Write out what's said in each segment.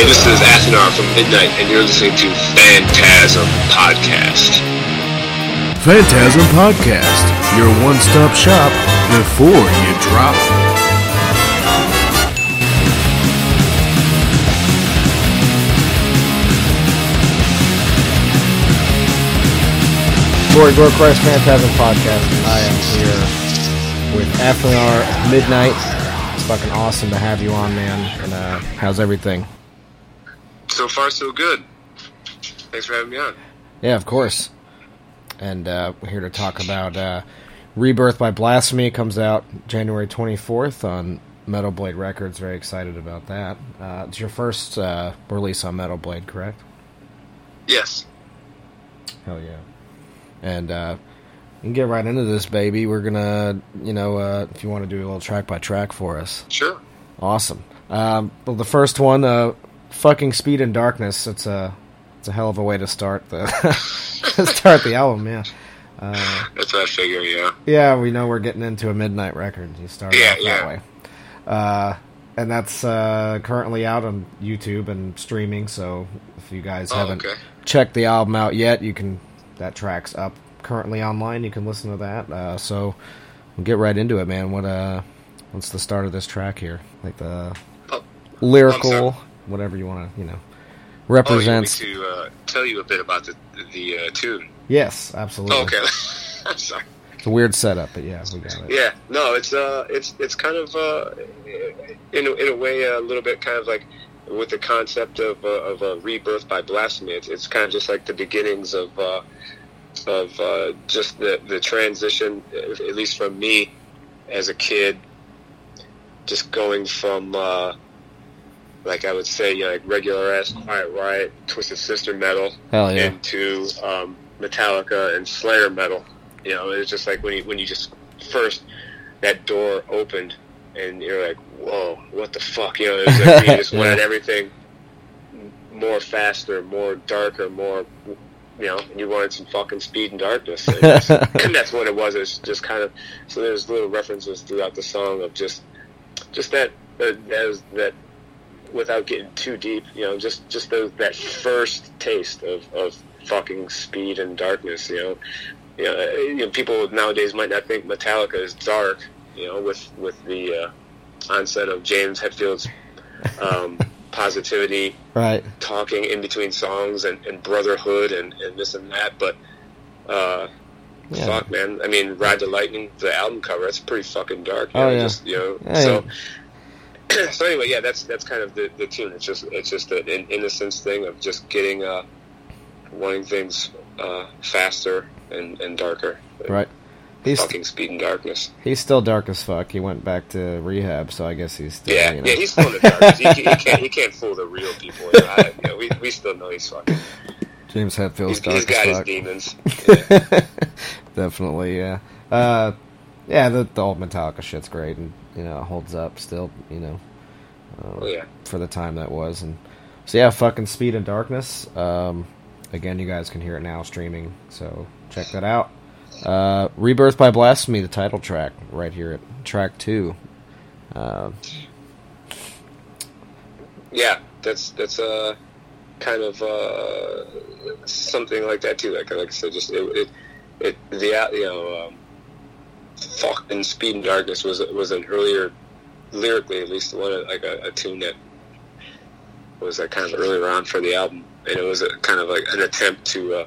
is Athanar from Midnight, and you're listening to Phantasm Podcast. Phantasm Podcast, your one stop shop before you drop. Rory Gorcrest Phantasm Podcast. I am here with Athanar at Midnight. It's fucking awesome to have you on, man. And uh, how's everything? So far, so good. Thanks for having me on. Yeah, of course. And uh, we're here to talk about uh, Rebirth by Blasphemy. It comes out January 24th on Metal Blade Records. Very excited about that. Uh, it's your first uh, release on Metal Blade, correct? Yes. Hell yeah. And uh we can get right into this baby. We're gonna you know, uh if you wanna do a little track by track for us. Sure. Awesome. Um well the first one, uh fucking Speed and Darkness, it's a it's a hell of a way to start the start the album, yeah. That's what I figure, yeah. Yeah, we know we're getting into a midnight record. You start Yeah, off that yeah. way. Uh and that's uh, currently out on YouTube and streaming. So if you guys Oh, haven't okay. checked the album out yet, you can that track's up currently online. You can listen to that. Uh, so we'll get right into it, man. What uh, what's the start of this track here? Like the Oh, lyrical, whatever you want to, you know, oh you want me represents. to uh, tell you a bit about the, the uh, tune? yes, absolutely. Oh, okay. I'm sorry. It's a weird setup, but yeah, we got it. Yeah, no, it's uh, it's it's kind of uh, in a, in a way a little bit kind of like with the concept of uh, of a rebirth by blasphemy. It's, it's kind of just like the beginnings of uh, of uh, just the the transition, at least from me as a kid, just going from. Uh, like I would say, you know, like regular ass Quiet Riot, Twisted Sister metal, Hell yeah. into um, Metallica and Slayer metal. You know, it's just like when you when you just first that door opened and you're like, whoa, what the fuck? You know, it was like you just wanted Yeah. everything more faster, more darker, more. You know, and you wanted some fucking speed and darkness, and, that's- and that's what it was. It's just kind of so. There's little references throughout the song of just, just that that that, was, that without getting too deep, you know, just just those, that first taste of, of fucking speed and darkness, you know. You know, uh, you know, people nowadays might not think Metallica is dark, you know, with with the uh, onset of James Hetfield's um, positivity Right. talking in between songs and, and brotherhood and, and this and that, but uh, Yeah. fuck, man, I mean, Ride the Lightning, the album cover, that's pretty fucking dark. You Oh, know, yeah. just, you know, Yeah, so so anyway, yeah, that's that's kind of the, the tune. It's just it's just an innocence thing of just getting uh, wanting things uh, faster and, and darker. Right. He's Fucking speed and darkness. He's still dark as fuck. He went back to rehab, so I guess he's still. Yeah, you know. yeah, he's still in the darkness. He, he can't he can't fool the real people. You know, I- you know, we, we still know he's fucking. James Hetfield's He's, dark he's got as his fuck. demons. Definitely, yeah. Uh, yeah, the, the old Metallica shit's great, and you know it holds up still. You know, Oh, yeah. for the time that was, and so yeah, fucking Speed and Darkness. Um, again, you guys can hear it now streaming, so check that out. Uh, Rebirth by Blasphemy, the title track, right here at track two. yeah, that's that's uh, kind of uh, something like that too. Like like I said, just it, it, it the uh, you know, um, fuck and speed and darkness was was an earlier lyrically at least one like a, a tune that was like kind of earlier on for the album, and it was a, kind of like an attempt to uh,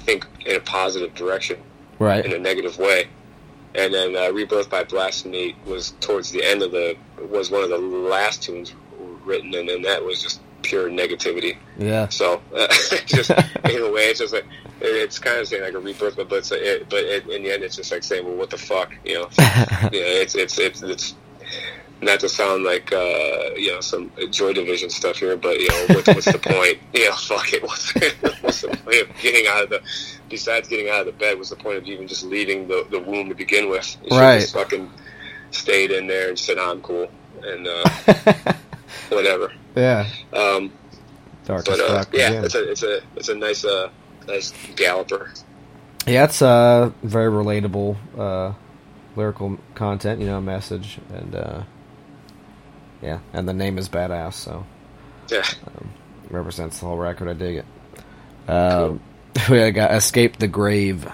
think in a positive direction in Right. a negative way. And then uh, Rebirth by Blasphemy was towards the end of the was one of the last tunes written, and then that was just pure negativity. Yeah. So uh, just in a way, it's just like it- it's kind of saying like a rebirth, but but, it's, it, but it, in the end, it's just like saying, well, what the fuck, you know? yeah, it's it's it's it's not to sound like uh, you know some Joy Division stuff here, but you know what's, what's the point? You know, fuck it. What's, what's the point of getting out of the? Besides getting out of the bed, what's the point of even just leaving the, the womb to begin with? You should've Right. Just fucking stayed in there and said I'm cool and uh, whatever. Yeah. Um, Dark but as uh, fuck. yeah, again. it's a it's a it's a nice uh nice galloper. Yeah, it's uh very relatable uh lyrical content, you know, message and uh yeah, and the name is badass, so Yeah. Represents the whole record. I dig it. Um, we got Escape the Grave.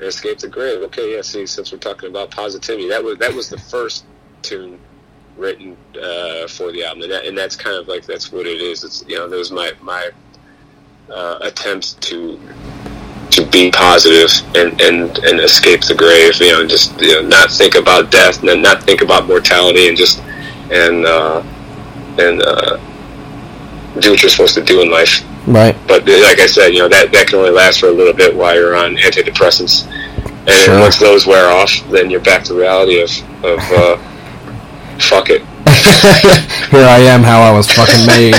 Escape the Grave. Okay, yeah. See, since we're talking about positivity, that was that was the first tune written uh, for the album, and, that, and that's kind of like that's what it is. It's you know, that was my my uh, attempts to to be positive and, and, and escape the grave. You know, and just you know, not think about death, and not think about mortality, and just and uh, and uh, do what you're supposed to do in life. Right. But uh, like I said, you know that that can only last for a little bit while you're on antidepressants, and then Sure. once those wear off, then you're back to reality of of uh, fuck it. Here I am, how I was fucking made.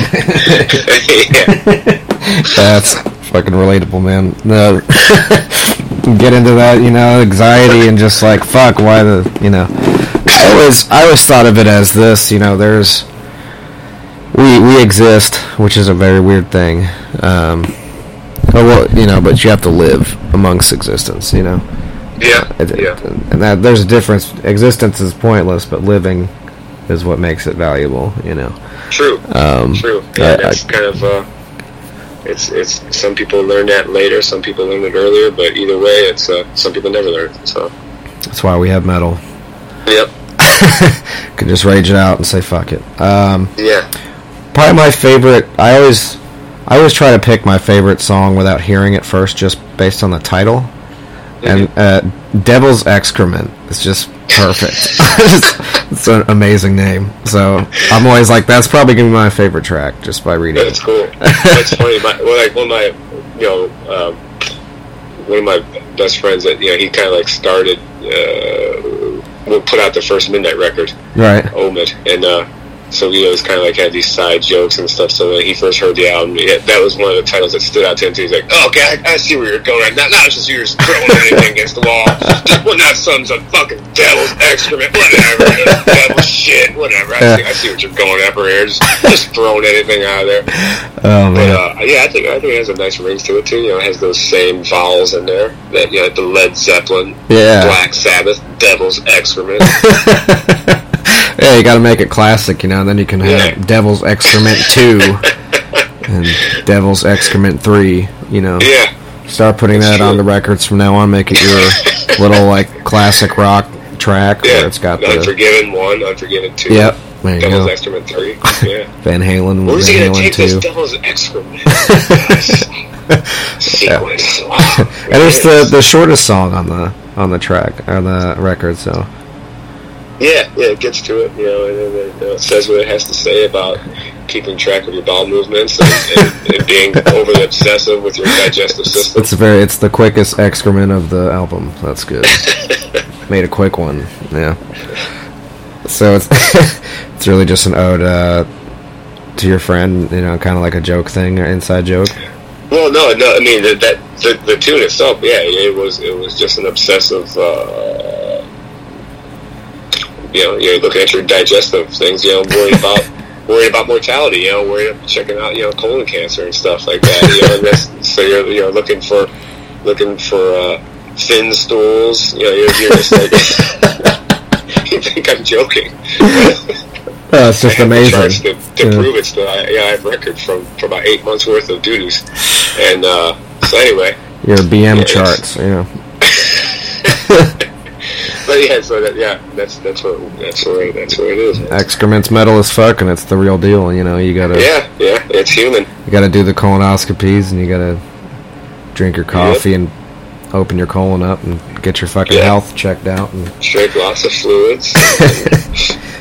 yeah. That's fucking relatable, man. No, get into that, you know, anxiety and just like fuck, why the, you know. I always, I always thought of it as this, you know. There's, we we exist, which is a very weird thing. Um, but well, you know, but you have to live amongst existence, you know. Yeah. It- Yeah. And that there's a difference. Existence is pointless, but living is what makes it valuable, you know. True. Um, True. I- Yeah, I- that's kind of uh, it's it's some people learn that later, some people learn it earlier, but either way, it's uh, some people never learn. it, So, That's why we have metal. yep, Can just rage it out and say fuck it. Um, yeah, probably my favorite. I always, I always try to pick my favorite song without hearing it first, just based on the title. And uh, Devil's Excrement is just perfect. it's, it's an amazing name. So I'm always like, that's probably gonna be my favorite track just by reading that's it. cool. That's funny. My, well, like one of my, you know, um, one of my best friends that you know he kind of like started. Uh, we put out the first Midnight record, Right. Omid, and uh, so he always kind of like had these side jokes and stuff. So when he first heard the album, yeah, that was one of the titles that stood out to him. He's like, "Oh, okay, I, I see where you're going. Right. Not, not just you're just throwing anything against the wall. well, not some some fucking devil's excrement, whatever, you know, devil shit, whatever. I see, I see what you're going after here. Just, just throwing anything out of there. Oh But man. uh, yeah, I think I think it has a nice ring to it too. You know, it has those same vowels in there that you know the Led Zeppelin, Yeah. Black Sabbath, Devil's excrement. yeah, you got to make it classic, you know. And then you can have Yeah. Devil's Excrement Two and Devil's Excrement Three. You know, yeah. start putting that on true. the records from now on. Make it your little like classic rock track where it's got the Unforgiven one, Unforgiven two. yep. There you Devil's go. Excrement three. Yeah. Van Halen, Where's he Van gonna take Halen this Two. Devil's Excrement? Yes. Sequence. Wow. And it's the, the shortest song on the on the track on the record, so yeah, yeah, it gets to it, you know, and, then it, uh, it says what it has to say about keeping track of your bowel movements and, and, and being overly obsessive with your digestive system. it's very it's the quickest excrement of the album. That's good. Made a quick one, yeah. So it's it's really just an ode uh, to your friend, you know, kind of like a joke thing, or inside joke. Well, no, no. I mean that, that the, the tune itself, yeah, it was it was just an obsessive. Uh, you know, you're looking at your digestive things. You know, worried about worried about mortality. You know, worried about checking out you know colon cancer and stuff like that. You know, and that's, so you're you know looking for looking for uh, thin stools. You know, you're, you're just like you think I'm joking. Oh, it's just charts amazing. to, to prove it's that I, yeah, I have record from from about eight months worth of duties, and uh, so anyway, Your BM it's- charts, you know. but yeah, so that, yeah, that's that's what that's where that's where it is. man. Excrement's metal as fuck, and it's the real deal. You know, you gotta Yeah, yeah, it's human. you gotta do the colonoscopies, and you gotta drink your coffee and open your colon up and get your fucking Yeah. health checked out. And Drink lots of fluids.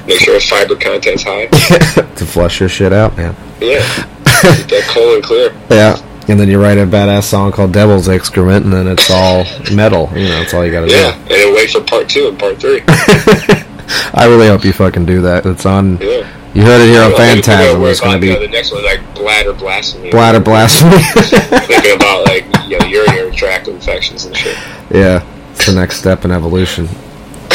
make sure fiber content's high. to flush your shit out, man. Yeah, keep that colon clear. Yeah. And then you write a badass song called Devil's Excrement, and then it's all metal. You know, that's all you gotta Yeah, and then wait for part two and part three. do. I really hope you fucking do that. It's on. Yeah. You heard it here on Well, I think we're gonna Phantasm. work It's gonna on, you know, be the next one, like bladder blasphemy. bladder blasphemy. Thinking about like you know urinary tract infections and shit. yeah, it's the next step in evolution.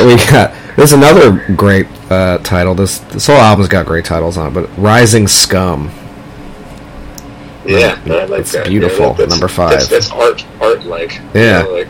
we got. There's another great uh, title. This this whole album's got great titles on it, but Rising Scum. Yeah, I like It's that. beautiful, Yeah, that's- number five. That's, that's art, art like. Yeah. like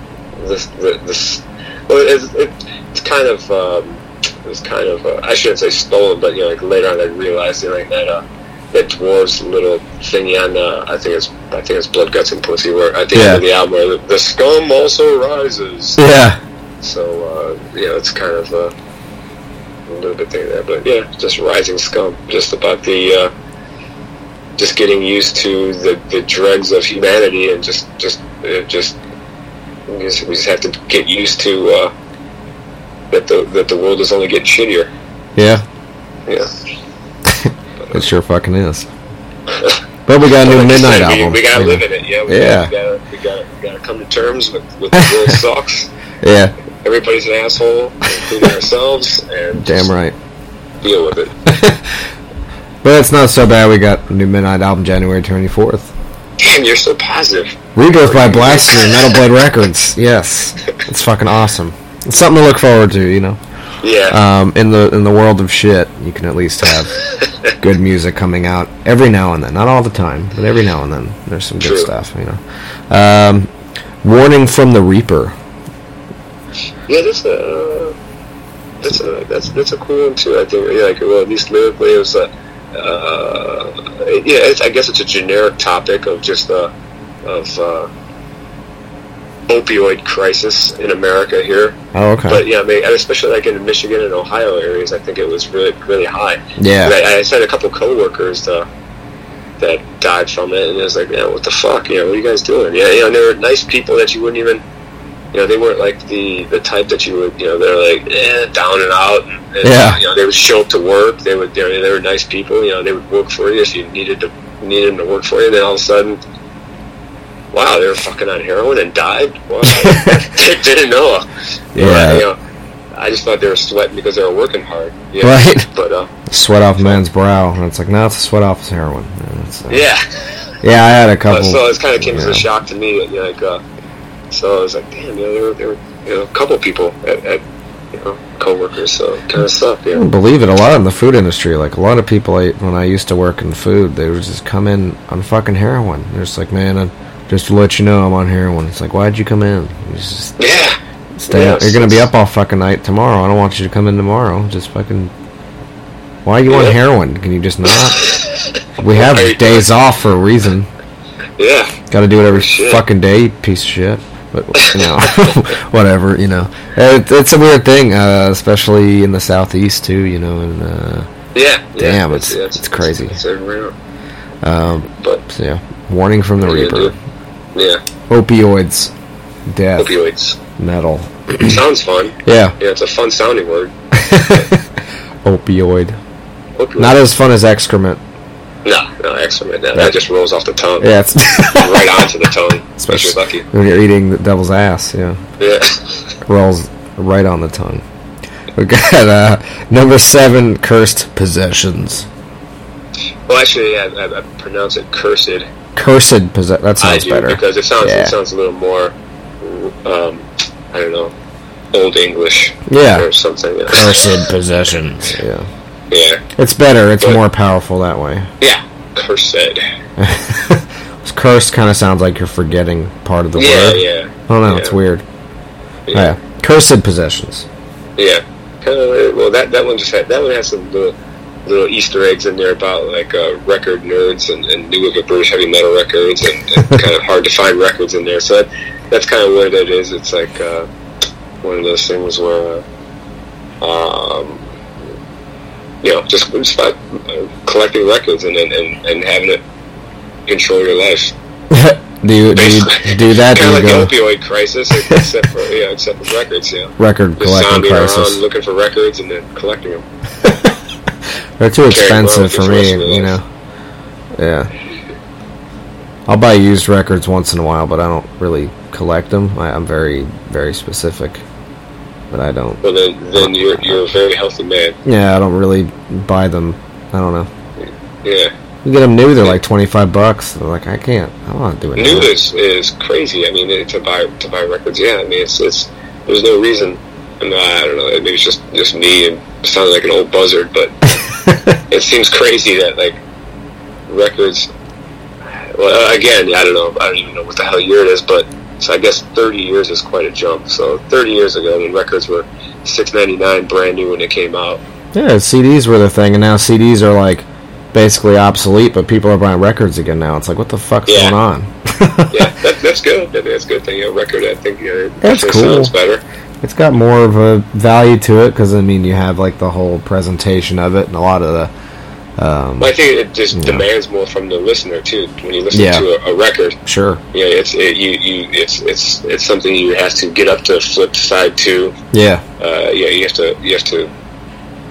this, the- this. Well, it's, it, it's kind of um, was kind of uh, I shouldn't say stolen, but you know, like later on I realized you know, like that uh, that dwarves little thingy on uh, I think it's I think it's Blood Guts and Pussy where I think Yeah. the album where the, the scum also rises. Yeah. So uh, you know, it's kind of uh, a little bit thing there, but yeah, just rising scum, just about the. Uh, just getting used to the, the dregs of humanity and just just uh, just we just we just have to get used to uh, that the that the world is only getting shittier. Yeah. Yeah, It sure fucking is. But we got a new Midnight we, album. We gotta you live know. in it. Yeah, we, Yeah. We gotta, we gotta we gotta come to terms with with the world sucks. Yeah. Everybody's an asshole, including ourselves, and Damn just right. deal with it. But it's not so bad. We got a new Midnight album January 24th. Damn, you're so positive. Rebirth by Blasphemy, Metal Blade Records. Yes. It's fucking awesome. It's something to look forward to, you know. Yeah, Um, in the in the world of shit, you can at least have good music coming out every now and then. Not all the time, but every now and then. There's some good True. stuff, you know. Um, Warning from the Reaper. yeah, that's a uh, that's a that's that's a cool one too. I think yeah, like well, at least lyrically, it was a uh, yeah. It's, I guess it's a generic topic of just uh, of uh, opioid crisis in America here. Oh, okay. But yeah, I mean, and especially like in Michigan and Ohio areas, I think it was really really high. Yeah. But I, I said a couple coworkers uh, that died from it, and it was like, man, what the fuck? You know, what are you guys doing? Yeah, you know, and they were nice people that you wouldn't even, you know, they weren't like the the type that you would, you know, they're like eh, down and out. And, and, Yeah. You know, they would show up to work. They would, they were, they were nice people. You know, they would work for you if you needed to needed them to work for you. Then all of a sudden. Wow, they were fucking on heroin and died. Wow, didn't know. Yeah. you know, I just thought they were sweating because they were working hard. you know. Right. But uh, sweat off man's brow, and it's like, no, it's a sweat off his heroin. And it's, uh, yeah, yeah, I had a Uh, couple. so it kind of came as yeah. a shock to me. you know, Like, uh, so I was like, damn, you know, there were, there were you know, a couple people at, at you know, coworkers. So it kind of sucked. You I don't know. believe it. A lot in the food industry, like a lot of people, I, when I used to work in food, they would just come in on fucking heroin. They're just like, man, I'm, just to let you know, I'm on heroin. It's like, why'd you come in? You just Yeah, stay Yeah, up. You're gonna be it's- up all fucking night tomorrow. I don't want you to come in tomorrow. Just fucking. Why are you on Yeah. heroin? Can you just not? We have Right. days off for a reason. yeah, Got to do it every Shit. fucking day, you piece of shit. But you know, whatever. You know, it, it's a weird thing, uh, especially in the southeast too. You know, and uh, yeah. Damn, yeah, it's- it's crazy. It's, everywhere. um, But so yeah, warning from the what are you gonna reaper: do? yeah, opioids, death, opioids metal. sounds fun. Yeah, Yeah, it's a fun sounding word. opioid. Opioid. Not as fun as excrement. no, no, excellent. That, that just rolls off the tongue. Yeah, it's right onto the tongue. Especially Especially- lucky. when you're eating the devil's ass. Yeah. Yeah. rolls right on the tongue. We got uh, number seven, cursed possessions. Well, actually, I, I, I pronounce it cursed. Cursed possess. That I sounds do better. because it sounds Yeah. it sounds a little more, um, I don't know, old English. Yeah. Or something. Cursed possessions. Yeah, Yeah. it's better. It's But- more powerful that way. Yeah. Cursed. Cursed kind of sounds like you're forgetting part of the Yeah. word. Yeah. I don't know. It's Yeah. weird. Yeah. Oh, yeah. Cursed possessions. Yeah. Kinda, well, that that one just had that one has some little little Easter eggs in there about like uh, record nerds and, and new of the British heavy metal records and, and kind of hard to find records in there. So that, that's kind of what it is. It's like uh, one of those things where, uh, um, you know, just just by uh, collecting records and and, and and having it control your life. do you do you do that? kind Do of you like the go opioid crisis, except for yeah, except for records. Yeah, record just collecting sounding around crisis? looking for records and then collecting them. They're too expensive royalties for me, for the rest of you your know. Yeah. I'll buy used records once in a while, but I don't really collect them. I, I'm very, very specific. But I don't. Well, then, then you're, you're a very healthy man. Yeah, I don't really buy them. I don't know. Yeah. You get them new, they're like 25 bucks. They're like, I can't. I don't want to do it. now. New is, is crazy. I mean, to buy to buy records, yeah. I mean, it's it's there's no reason. And uh, I don't know. Maybe it's just just me and sounding like an old buzzard, but it seems crazy that like uh, records. Well, again, I don't know. I don't even know what the hell year it is, but So I guess 30 years is quite a jump. So 30 years ago, when records were 6.99 brand new when they came out. Yeah, CDs were the thing, and now CDs are like basically obsolete. But people are buying records again now. It's like, what the fuck's Yeah. going on? yeah, that, that's good. That, that's a good thing. A record, I think, yeah, it That's definitely cool. sounds better. It's got more of a value to it because I mean, you have like the whole presentation of it, and a lot of the But I think it just Um, Yeah. demands more from the listener too. When you listen Yeah. to a, a record, sure, you know, it's it, you, you it's it's it's something you have to get up to flip side to. yeah, Uh, yeah, you have to you have to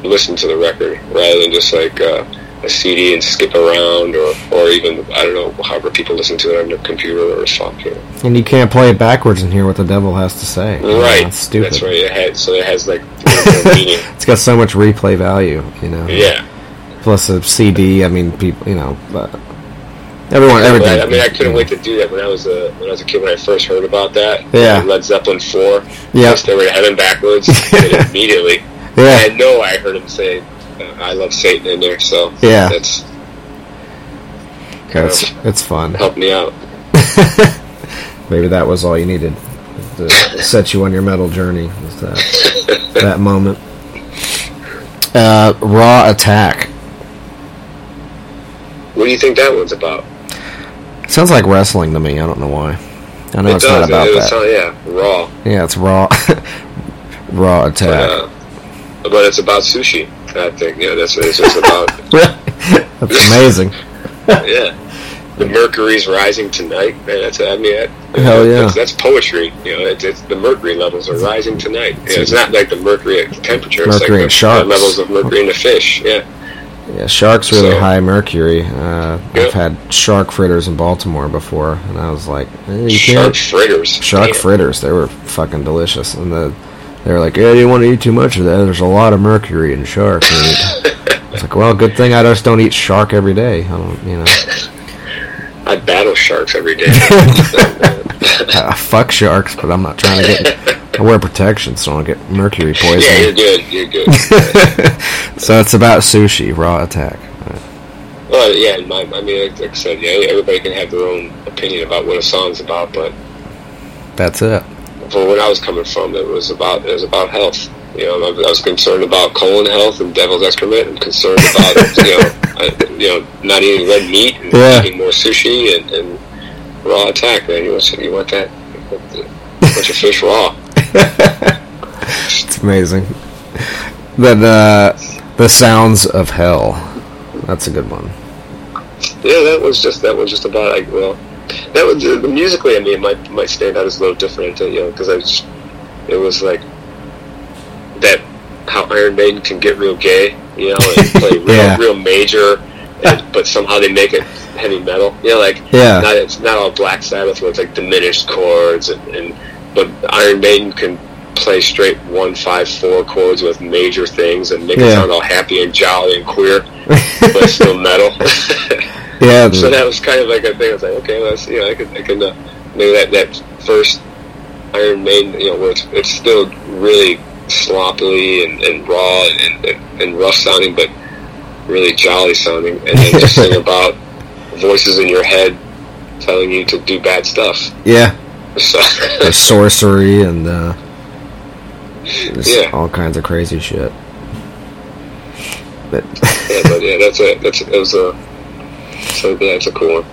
listen to the record rather than just like uh, a CD and skip around or or even I don't know however people listen to it on their computer or something. and you can't play it backwards and hear what the devil has to say. You know, Right, that's stupid. That's right. It has, so it has like no meaning. It's got so much replay value, you know. Yeah. Plus a CD. I mean, people, you know, but everyone, Yeah, everything. but, I mean, I couldn't wait to do that when I was a when I was a kid when I first heard about that. Yeah. Led Zeppelin four. Yeah. They were heading backwards and immediately. Yeah. I know I heard him say, uh, "I love Satan" in there, so Yeah. that's Yeah, it's, it's fun. helped me out. Maybe that was all you needed to set you on your metal journey. Was that that moment? Uh, raw attack. What do you think that one's about? Sounds like wrestling to me. I don't know why. I know it it's does. not about it, that. It's, yeah, raw. yeah, it's raw. raw attack. Uh, but it's about sushi. I think. Yeah, that's what it's just about. That's amazing. yeah. The mercury's rising tonight. Man, that's I mean, that, Hell yeah. that's, that's poetry. You know, it's, it's the mercury levels are rising tonight. You know, it's not like the mercury at temperature. it's Mercury in like the- the, sharks. levels of mercury in the fish. Yeah, Yeah, sharks really So- high mercury. Uh, Yeah. I've had shark fritters in Baltimore before, and I was like, eh, you shark can't fritters. shark Damn. fritters. They were fucking delicious, and the they were like, yeah, you want to eat too much of that. There's a lot of mercury in shark meat. it's like, well, good thing I just don't eat shark every day. I don't, you know, I battle sharks every day. I, I fuck sharks, but I'm not trying to get. I wear protection, so I don't get mercury yeah, you're poisoning. good. You're good. so it's about sushi, raw attack. well, yeah. in My, I mean, like I said, yeah. Everybody can have their own opinion about what a song's about, but That's it. from where I was coming from, it was about it was about health. You know, I, I was concerned about colon health and devil's excrement. I'm concerned about you know, I, you know, not eating red meat and Yeah. eating more sushi and, and raw attack. Man, you want you want that you want the- bunch of fish raw? It's amazing. Then uh, the sounds of hell. That's a good one. Yeah, that was just that was just about like well, that was uh, musically. I mean, it might might stand out as a little different, uh, you know, because I was, it was like that how Iron Maiden can get real gay, you know, and play real Yeah. real major, and, but somehow they make it heavy metal, you know, like Yeah. not, it's not all Black Sabbath where it's like diminished chords and, and but Iron Maiden can play straight one five four chords with major things and make it Yeah. sound all happy and jolly and queer, but still metal. Yeah, So the, that was kind of like a thing. I was like, okay, let's you know, I can, I can uh, maybe that that first Iron Maiden, you know, where it's, it's still really sloppily and, and raw and, and, and rough sounding, but really jolly sounding, and then just sing about voices in your head telling you to do bad stuff. yeah, So the sorcery and uh, just Yeah. all kinds of crazy shit. But yeah, but yeah, that's a that's it was a so yeah, it's a cool one.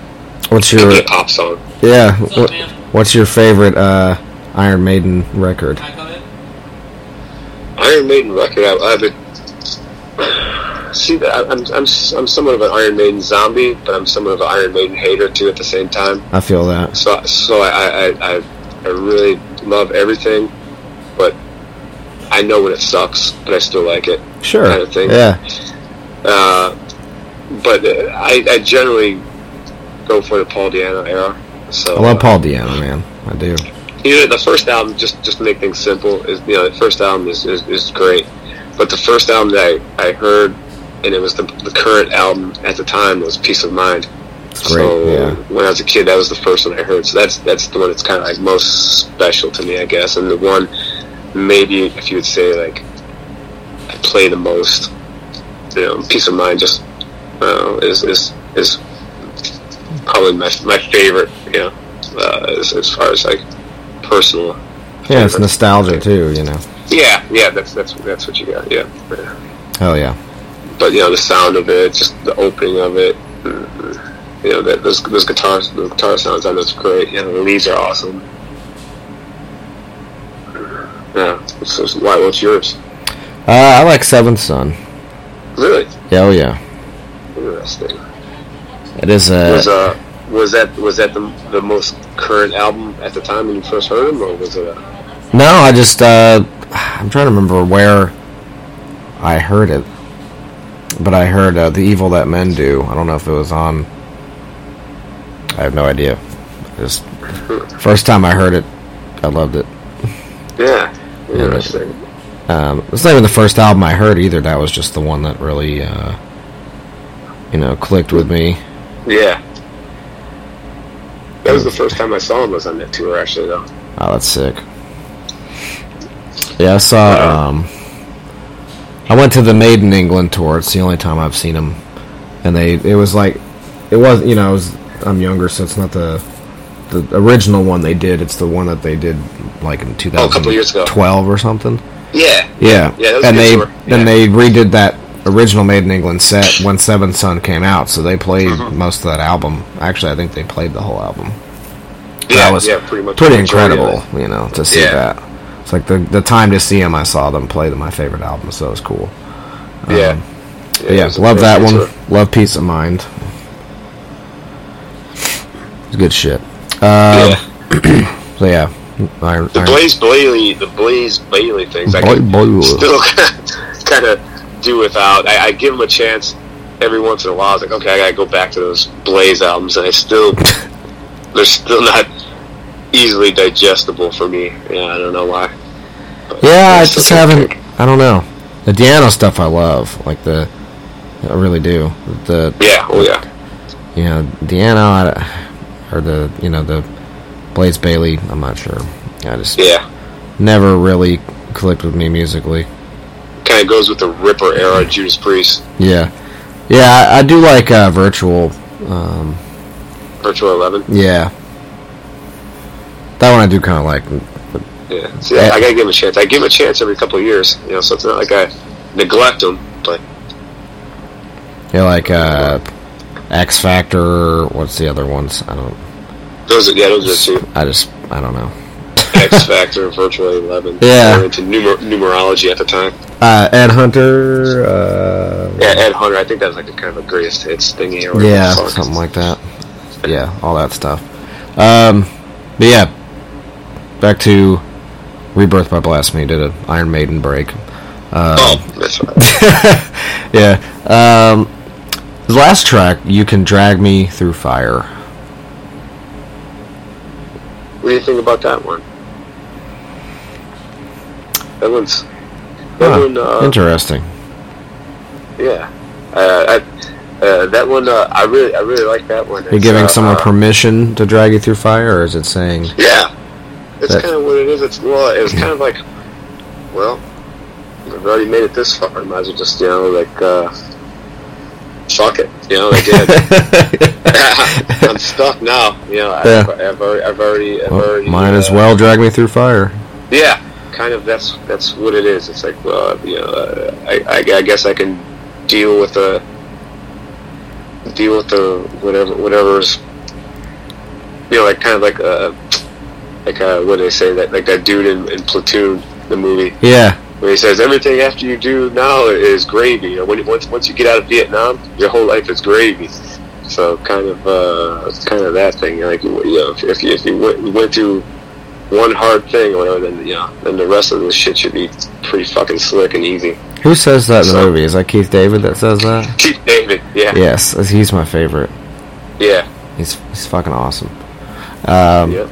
what's your It's a pop song. yeah? What, what's your favorite uh, Iron Maiden record? Iron Maiden record. I, I've been see that I- I'm, I'm I'm somewhat of an Iron Maiden zombie, but I'm somewhat of an Iron Maiden hater too at the same time. I feel that. So so I I, I, I- I really love everything, but I know when it sucks, but I still like it. Sure. Kinda thing. Yeah. Uh, but uh, I, I generally go for the Paul Diano era. So I love uh, Paul Diano, man. I do. you know, the first album, just just to make things simple, is you know, the first album is, is, is great. But the first album that I, I heard, and it was the, the current album at the time, was Peace of Mind. It's great. so yeah. when I was a kid, that was the first one I heard. So that's that's the one that's kind of like most special to me, I guess, and the one maybe if you would say like I play the most. You know, Peace of Mind just uh, is is is probably my my favorite. You know, uh, as, as far as like personal. Yeah, it's nostalgia too, you know. Yeah, yeah, that's that's that's what you got. Yeah, Hell yeah. but you know the sound of it, just the opening of it. mm, You know that those those guitars, those guitar sounds on it's great. You know the leads are awesome. Yeah, so it's- why what's yours? Uh, I like Seventh Son. Really Hell yeah. interesting. It is a. Was uh was that was that the the most current album at the time when you first heard him, or was it? A, No, I just uh, I'm trying to remember where I heard it, but I heard uh, "The Evil That Men Do." I don't know if it was on. I have no idea. Just first time I heard it, I loved it. yeah, interesting. Um, it's not even the first album I heard either. That was just the one that really, uh, you know, clicked with me. Yeah. That was the first time I saw him was on that tour actually though. Oh, that's sick. Yeah, I saw. Um, I went to the Maiden England tour. It's the only time I've seen them, and they it was like it was you know I was I'm younger, so it's not the the original one they did. It's the one that they did like in Oh, a couple years ago. 2012 or something. Yeah. Yeah, Yeah, that was a good and they tour. then Yeah. they redid that original Maiden England set when Seven Son came out. So they played Mm-hmm. most of that album. Actually, I think they played the whole album Yeah, that was yeah, pretty much. the majority of incredible, you know, to see Yeah. that. It's like the the time to see them. I saw them play to my favorite album, so it was cool. it. Yeah. But Um, yeah, it was a love great that one. tour. Love peace of mind. It's good shit. yeah. Um, So yeah, Iron, The Iron- Blaze Bailey, the Blaze Bailey things, I Boy, can boy. still kind of do without. I, I give them a chance every once in a while. I was like, okay, I gotta go back to those Blaze albums, and I still they're still not easily digestible for me. Yeah, I don't know why. But Yeah, I it's just such a haven't. kick. I don't know. The Deano stuff I love, like the I really do. The Yeah, oh yeah, you know Deano I- or the you know the Blaze Bailey. I'm not sure. I just yeah. never really clicked with me musically. Kind of goes with the Ripper era, Judas Priest, Yeah, yeah, I, I do like uh, virtual. Um, Virtual Eleven. yeah, that one I do kind of like. Yeah, see, I, I gotta give him a chance. I give him a chance every couple of years, you know. So it's not like I neglect him, but Yeah, like uh, X Factor. What's the other ones? I don't. those, are, yeah, those are the two. I just I don't know. X Factor, Virtual Eleven. Yeah. They were into numer- numerology at the time. Uh, Ed Hunter. Uh, Yeah, Ed Hunter. I think that was like the kind of the greatest hits thingy. Or yeah, song. something like that. Yeah, all that stuff. Um, but yeah, back to Rebirth by Blasphemy. Did an Iron Maiden break. oh, that's right. Yeah. Um, the last track, you can drag me through fire. what do you think about that one? That one's. That Huh, one. Uh, Interesting. yeah. Uh, I, uh, that one. Uh, I really, I really like that one. You're It's, giving uh, someone uh, permission to drag you through fire, or is it saying, Yeah, it's That- kind of what it is. It's well, it was kind of like, well, we've already made it this far. Might as well just you know like uh, fuck it. You know, like, yeah, I'm stuck now. You know, I've, Yeah. I've already, I've already, I've well, already might uh, as well drag me through fire? Yeah, kind of. That's that's what it is. It's like well, you know, uh, I, I, I guess I can deal with the deal with the whatever whatever's you know like kind of like uh like uh what do they say that like that dude in, in Platoon the movie Yeah. where he says everything after you do now is gravy. You know, when you- once once you get out of Vietnam, your whole life is gravy. So kind of uh, it's kind of that thing. Like you know, if if you, if you went, went through one hard thing or whatever, then you know, then the rest of the shit should be pretty fucking slick and easy. Who says that in the So- movie? Is that Keith David that says that? Keith David, yeah, yeah, Yes, he's my favorite. yeah. He's, he's fucking awesome. Um,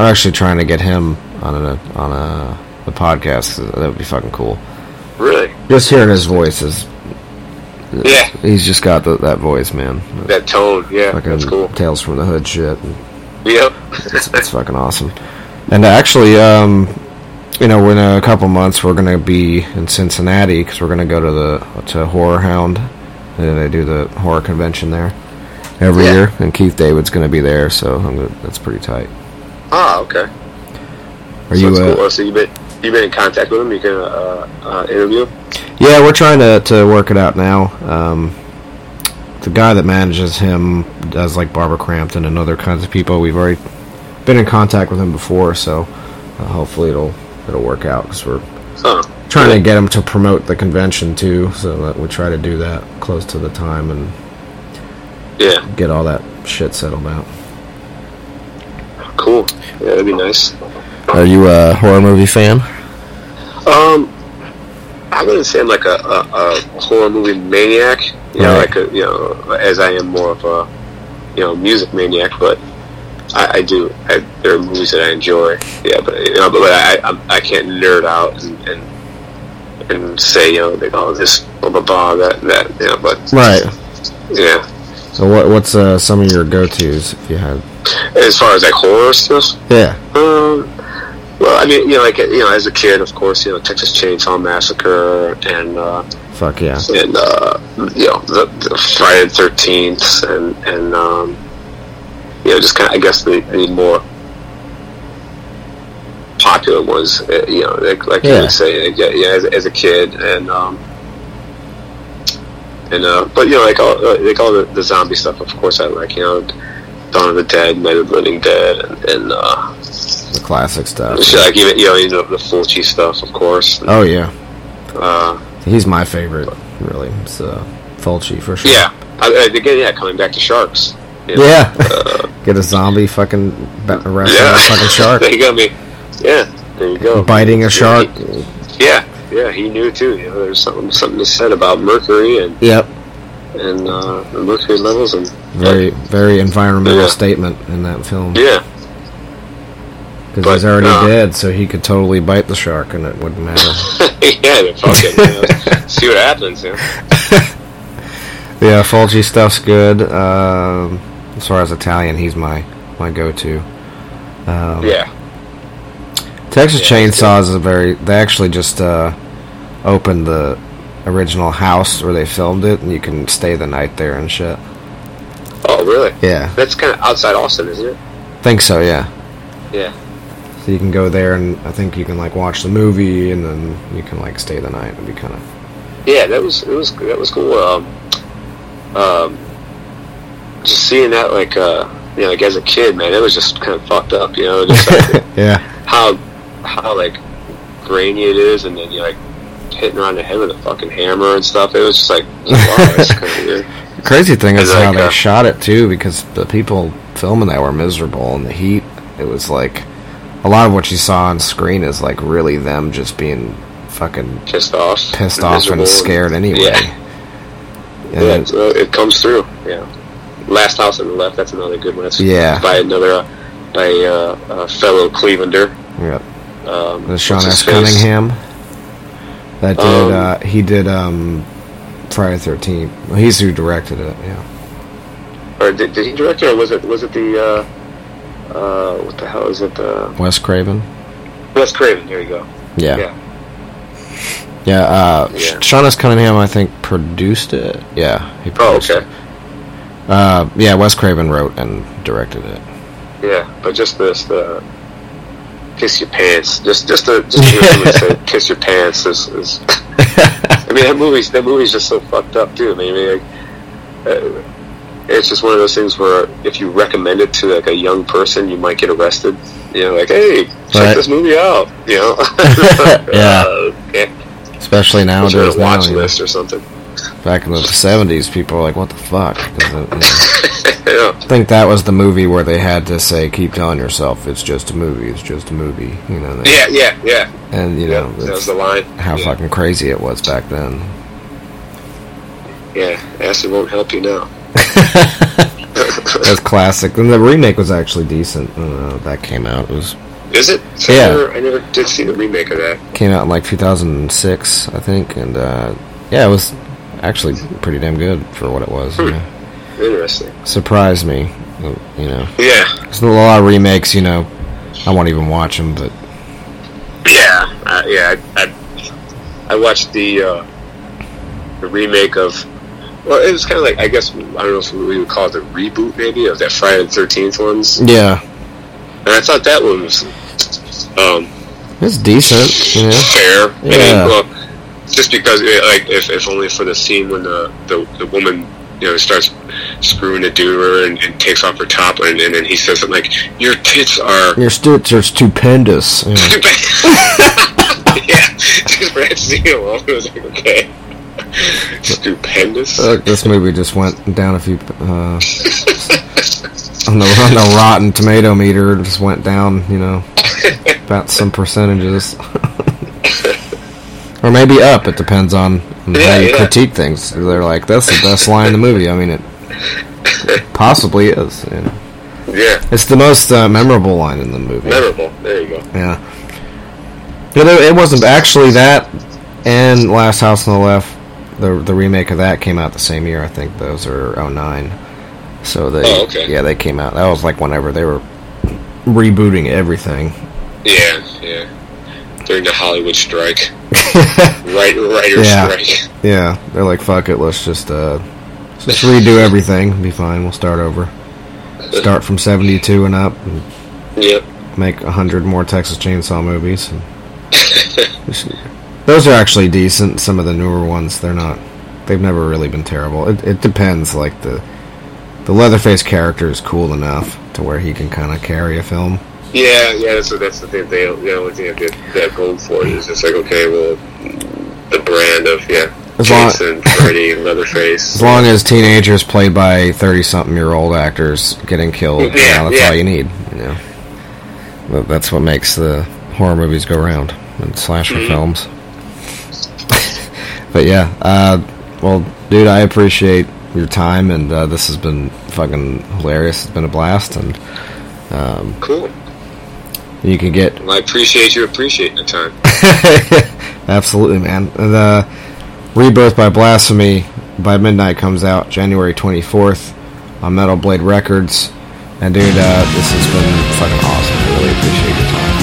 I'm actually trying to get him on a on a the podcast. 'cause That would be fucking cool. Really, Just hearing his voice is yeah. he's just got the, that voice, man. That tone, yeah, fucking that's cool. Tales from the Hood shit. Yep. It's, it's fucking awesome. And actually, um, you know, in a couple months we're gonna be in Cincinnati because we're gonna go to the to Horror Hound. They they do the horror convention there every Yeah. year, and Keith David's gonna be there, so I'm gonna, that's pretty tight. Ah, okay. Are so you? that's Uh, cool. Oh, So you've been you've been in contact with him. You can uh, uh, interview. him? Yeah, we're trying to, to work it out now. Um, the guy that manages him does like Barbara Crampton and other kinds of people. We've already been in contact with him before, so uh, hopefully it'll it'll work out because we're Huh. trying to get him to promote the convention too. So that we try to do that close to the time and Yeah. get all that shit settled out. Cool. Yeah, that'd be nice. Are you a horror movie fan? Um, I wouldn't say I'm like a, a, a horror movie maniac. You know, Right. like a, you know, as I am more of a you know music maniac, but I, I do. I, there are movies that I enjoy. Yeah, but you know, but, I I, I can't nerd out and. and and say you know they call this blah blah blah that that you know but Right. yeah So what what's uh, some of your go tos if you had? as far as like horror stuff Yeah. Um, well, I mean, you know, like you know, as a kid, of course, you know, Texas Chainsaw Massacre and uh, Fuck yeah. and uh, you know the, the Friday the Thirteenth and and um, you know just kind of I guess the, the more popular ones, uh, you know, like, like you Yeah. would say, yeah, yeah as, as a kid and um, and uh, but you know, like all uh, like all the, the zombie stuff, of course, I like you know, Dawn of the Dead, Night of the Living Dead, and, and uh, The classic stuff. so, like even you know, you know the Fulci stuff, of course. Oh yeah. Uh, He's my favorite, really. It's uh, Fulci for sure. yeah. I, I, again, yeah. Coming back to sharks. you know. Yeah. Uh, Get a zombie fucking ba- wrestling a fucking shark, there you go, me. Yeah. There you go. biting a shark. Yeah. Yeah. He knew too. You know, there's something something to said about mercury and Yep. and uh, the mercury levels and Very very environmental Yeah. statement in that film yeah. because but, he's already uh, dead, so he could totally bite the shark and it wouldn't matter. yeah. they're Fucking. You know, see what happens. You know? yeah, Fulci stuff's good. Um, as far as Italian, he's my my go-to. Um, Yeah. Texas Yeah, it's Chainsaws is a very. They actually just uh, opened the original house where they filmed it, and you can stay the night there and shit. Oh, really? Yeah, That's kind of outside Austin, isn't it? think so. Yeah, Yeah. so you can go there, and I think you can like watch the movie, and then you can like stay the night. It'd be kind of Yeah, that was it was that was cool. Um, um, just seeing that, like, uh, you know, like as a kid, man, it was just kind of fucked up, you know, just like, yeah, how how like grainy it is, and then you like hitting around the head with a fucking hammer and stuff. It was just like, wow, that's kind of weird. crazy thing is It's how like, they uh, shot it too, because the people filming that were miserable, and the heat. It was like a lot of what you saw on screen is like really them just being fucking Pissed off, pissed off miserable, and scared anyway. Yeah, And yeah, then- so it comes through. Yeah, last house on the left. That's another good one. That's Yeah. by another uh, by uh, a fellow Clevelander. Yep. Um, The Sean what's his S. face? Cunningham. That did Um, uh, he did um Friday thirteenth. Well, he's who directed it, yeah. or did, did he direct it, or was it was it the uh, uh, what the hell is it? Uh, Wes Craven. Wes Craven. There you go. Yeah. Yeah, Yeah. uh Yeah. Sh- Sean S. Cunningham I think produced it. Yeah, he Oh, produced okay. it. Uh yeah, Wes Craven wrote and directed it. Yeah, but just this the kiss your pants. Just just the just the movie said kiss your pants is. is I mean that movie's that movie's just so fucked up too. I mean, I mean, like, uh, it's just one of those things where if you recommend it to like a young person, you might get arrested. You know, like hey, check Right. this movie out. You know, Yeah. uh, okay. Especially Put you on nowadays. a watch now, you know. list or something. back in the seventies people were like, What the fuck? 'Cause it- you know. yeah. I think that was the movie where they had to say, Keep telling yourself it's just a movie, it's just a movie. You know, they- Yeah, yeah, yeah. and you yeah, know that it's- was the line. how yeah. fucking crazy it was back then. Yeah, acid won't help you now. That's classic. And the remake was actually decent. Uh, that came out. It was Is it? So I Yeah. never, I never did see the remake of that. came out in like 2006, I think. And uh, yeah, it was actually pretty damn good for what it was. you know. Interesting. Surprised me. You know, Yeah, 'Cause a lot of remakes. You know, I won't even watch them. But yeah, I, yeah. I, I, I watched the uh, the remake of. Well, it was kind of like I guess I don't know if we would call it the reboot maybe of that Friday the Thirteenth ones. yeah, I and I thought that one was um, It's decent, you know. fair. I mean, Yeah. well, just because, eh, like, if, if only for the scene when the, the, the woman, you know, starts screwing the dude or and, and takes off her top, and, and then he says something like, "Your tits are." Your stits are stupendous. you know. yeah, just for that scene alone, it was like, okay, stupendous. Look, Uh, this movie just went down a few uh, on the on the Rotten Tomato meter. it Just went down, you know, about some percentages, or maybe up. It depends on on how Yeah, you yeah. critique things. They're like, that's the best line in the movie. I mean, it possibly is. You know. Yeah, It's the most uh, memorable line in the movie. memorable. There you go. Yeah. But it, it wasn't actually that and Last House on the Left. The the remake of that came out the same year, I think. Those are 09. So they Oh, okay. yeah, they came out. That was like whenever they were rebooting everything. Yeah, yeah. During the Hollywood strike, right, writer Yeah. strike. Yeah, they're like fuck it, let's just uh let's just redo everything. Be fine. We'll start over. Start from 72 and up and Yep. make 100 more Texas Chainsaw movies. And Those are actually decent. Some of the newer ones, they're not. They've never really been terrible. It, it depends. Like the the Leatherface character is cool enough to where he can kind of carry a film. Yeah, yeah. That's what that's the thing. They the only thing that they're going for it is it's like okay, well, the brand of yeah, As long- Jason, Freddy, Leatherface. As long as teenagers played by thirty something year old actors getting killed, you know, Yeah, that's yeah. all you need. You know, But that's what makes the horror movies go round and slasher Mm-hmm. films. but yeah, uh, well, dude, I appreciate your time, and uh, this has been fucking hilarious. It's been a blast, and cool. you can get Well, I appreciate you appreciating the time. absolutely, man. The Rebirth by Blasphemy by Midnight comes out January 24th on Metal Blade Records. And dude, uh, this has been fucking awesome. I really appreciate your time.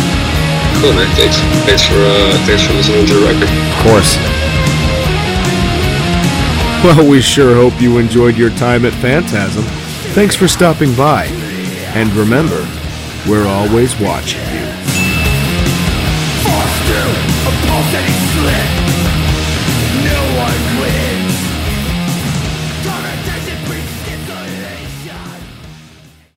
Cool, man. Thanks. Thanks for uh, thanks for listening to the record. Of course. Well, we sure hope you enjoyed your time at Phantasm. Thanks for stopping by. And remember, we're always watching you. forced to oppose it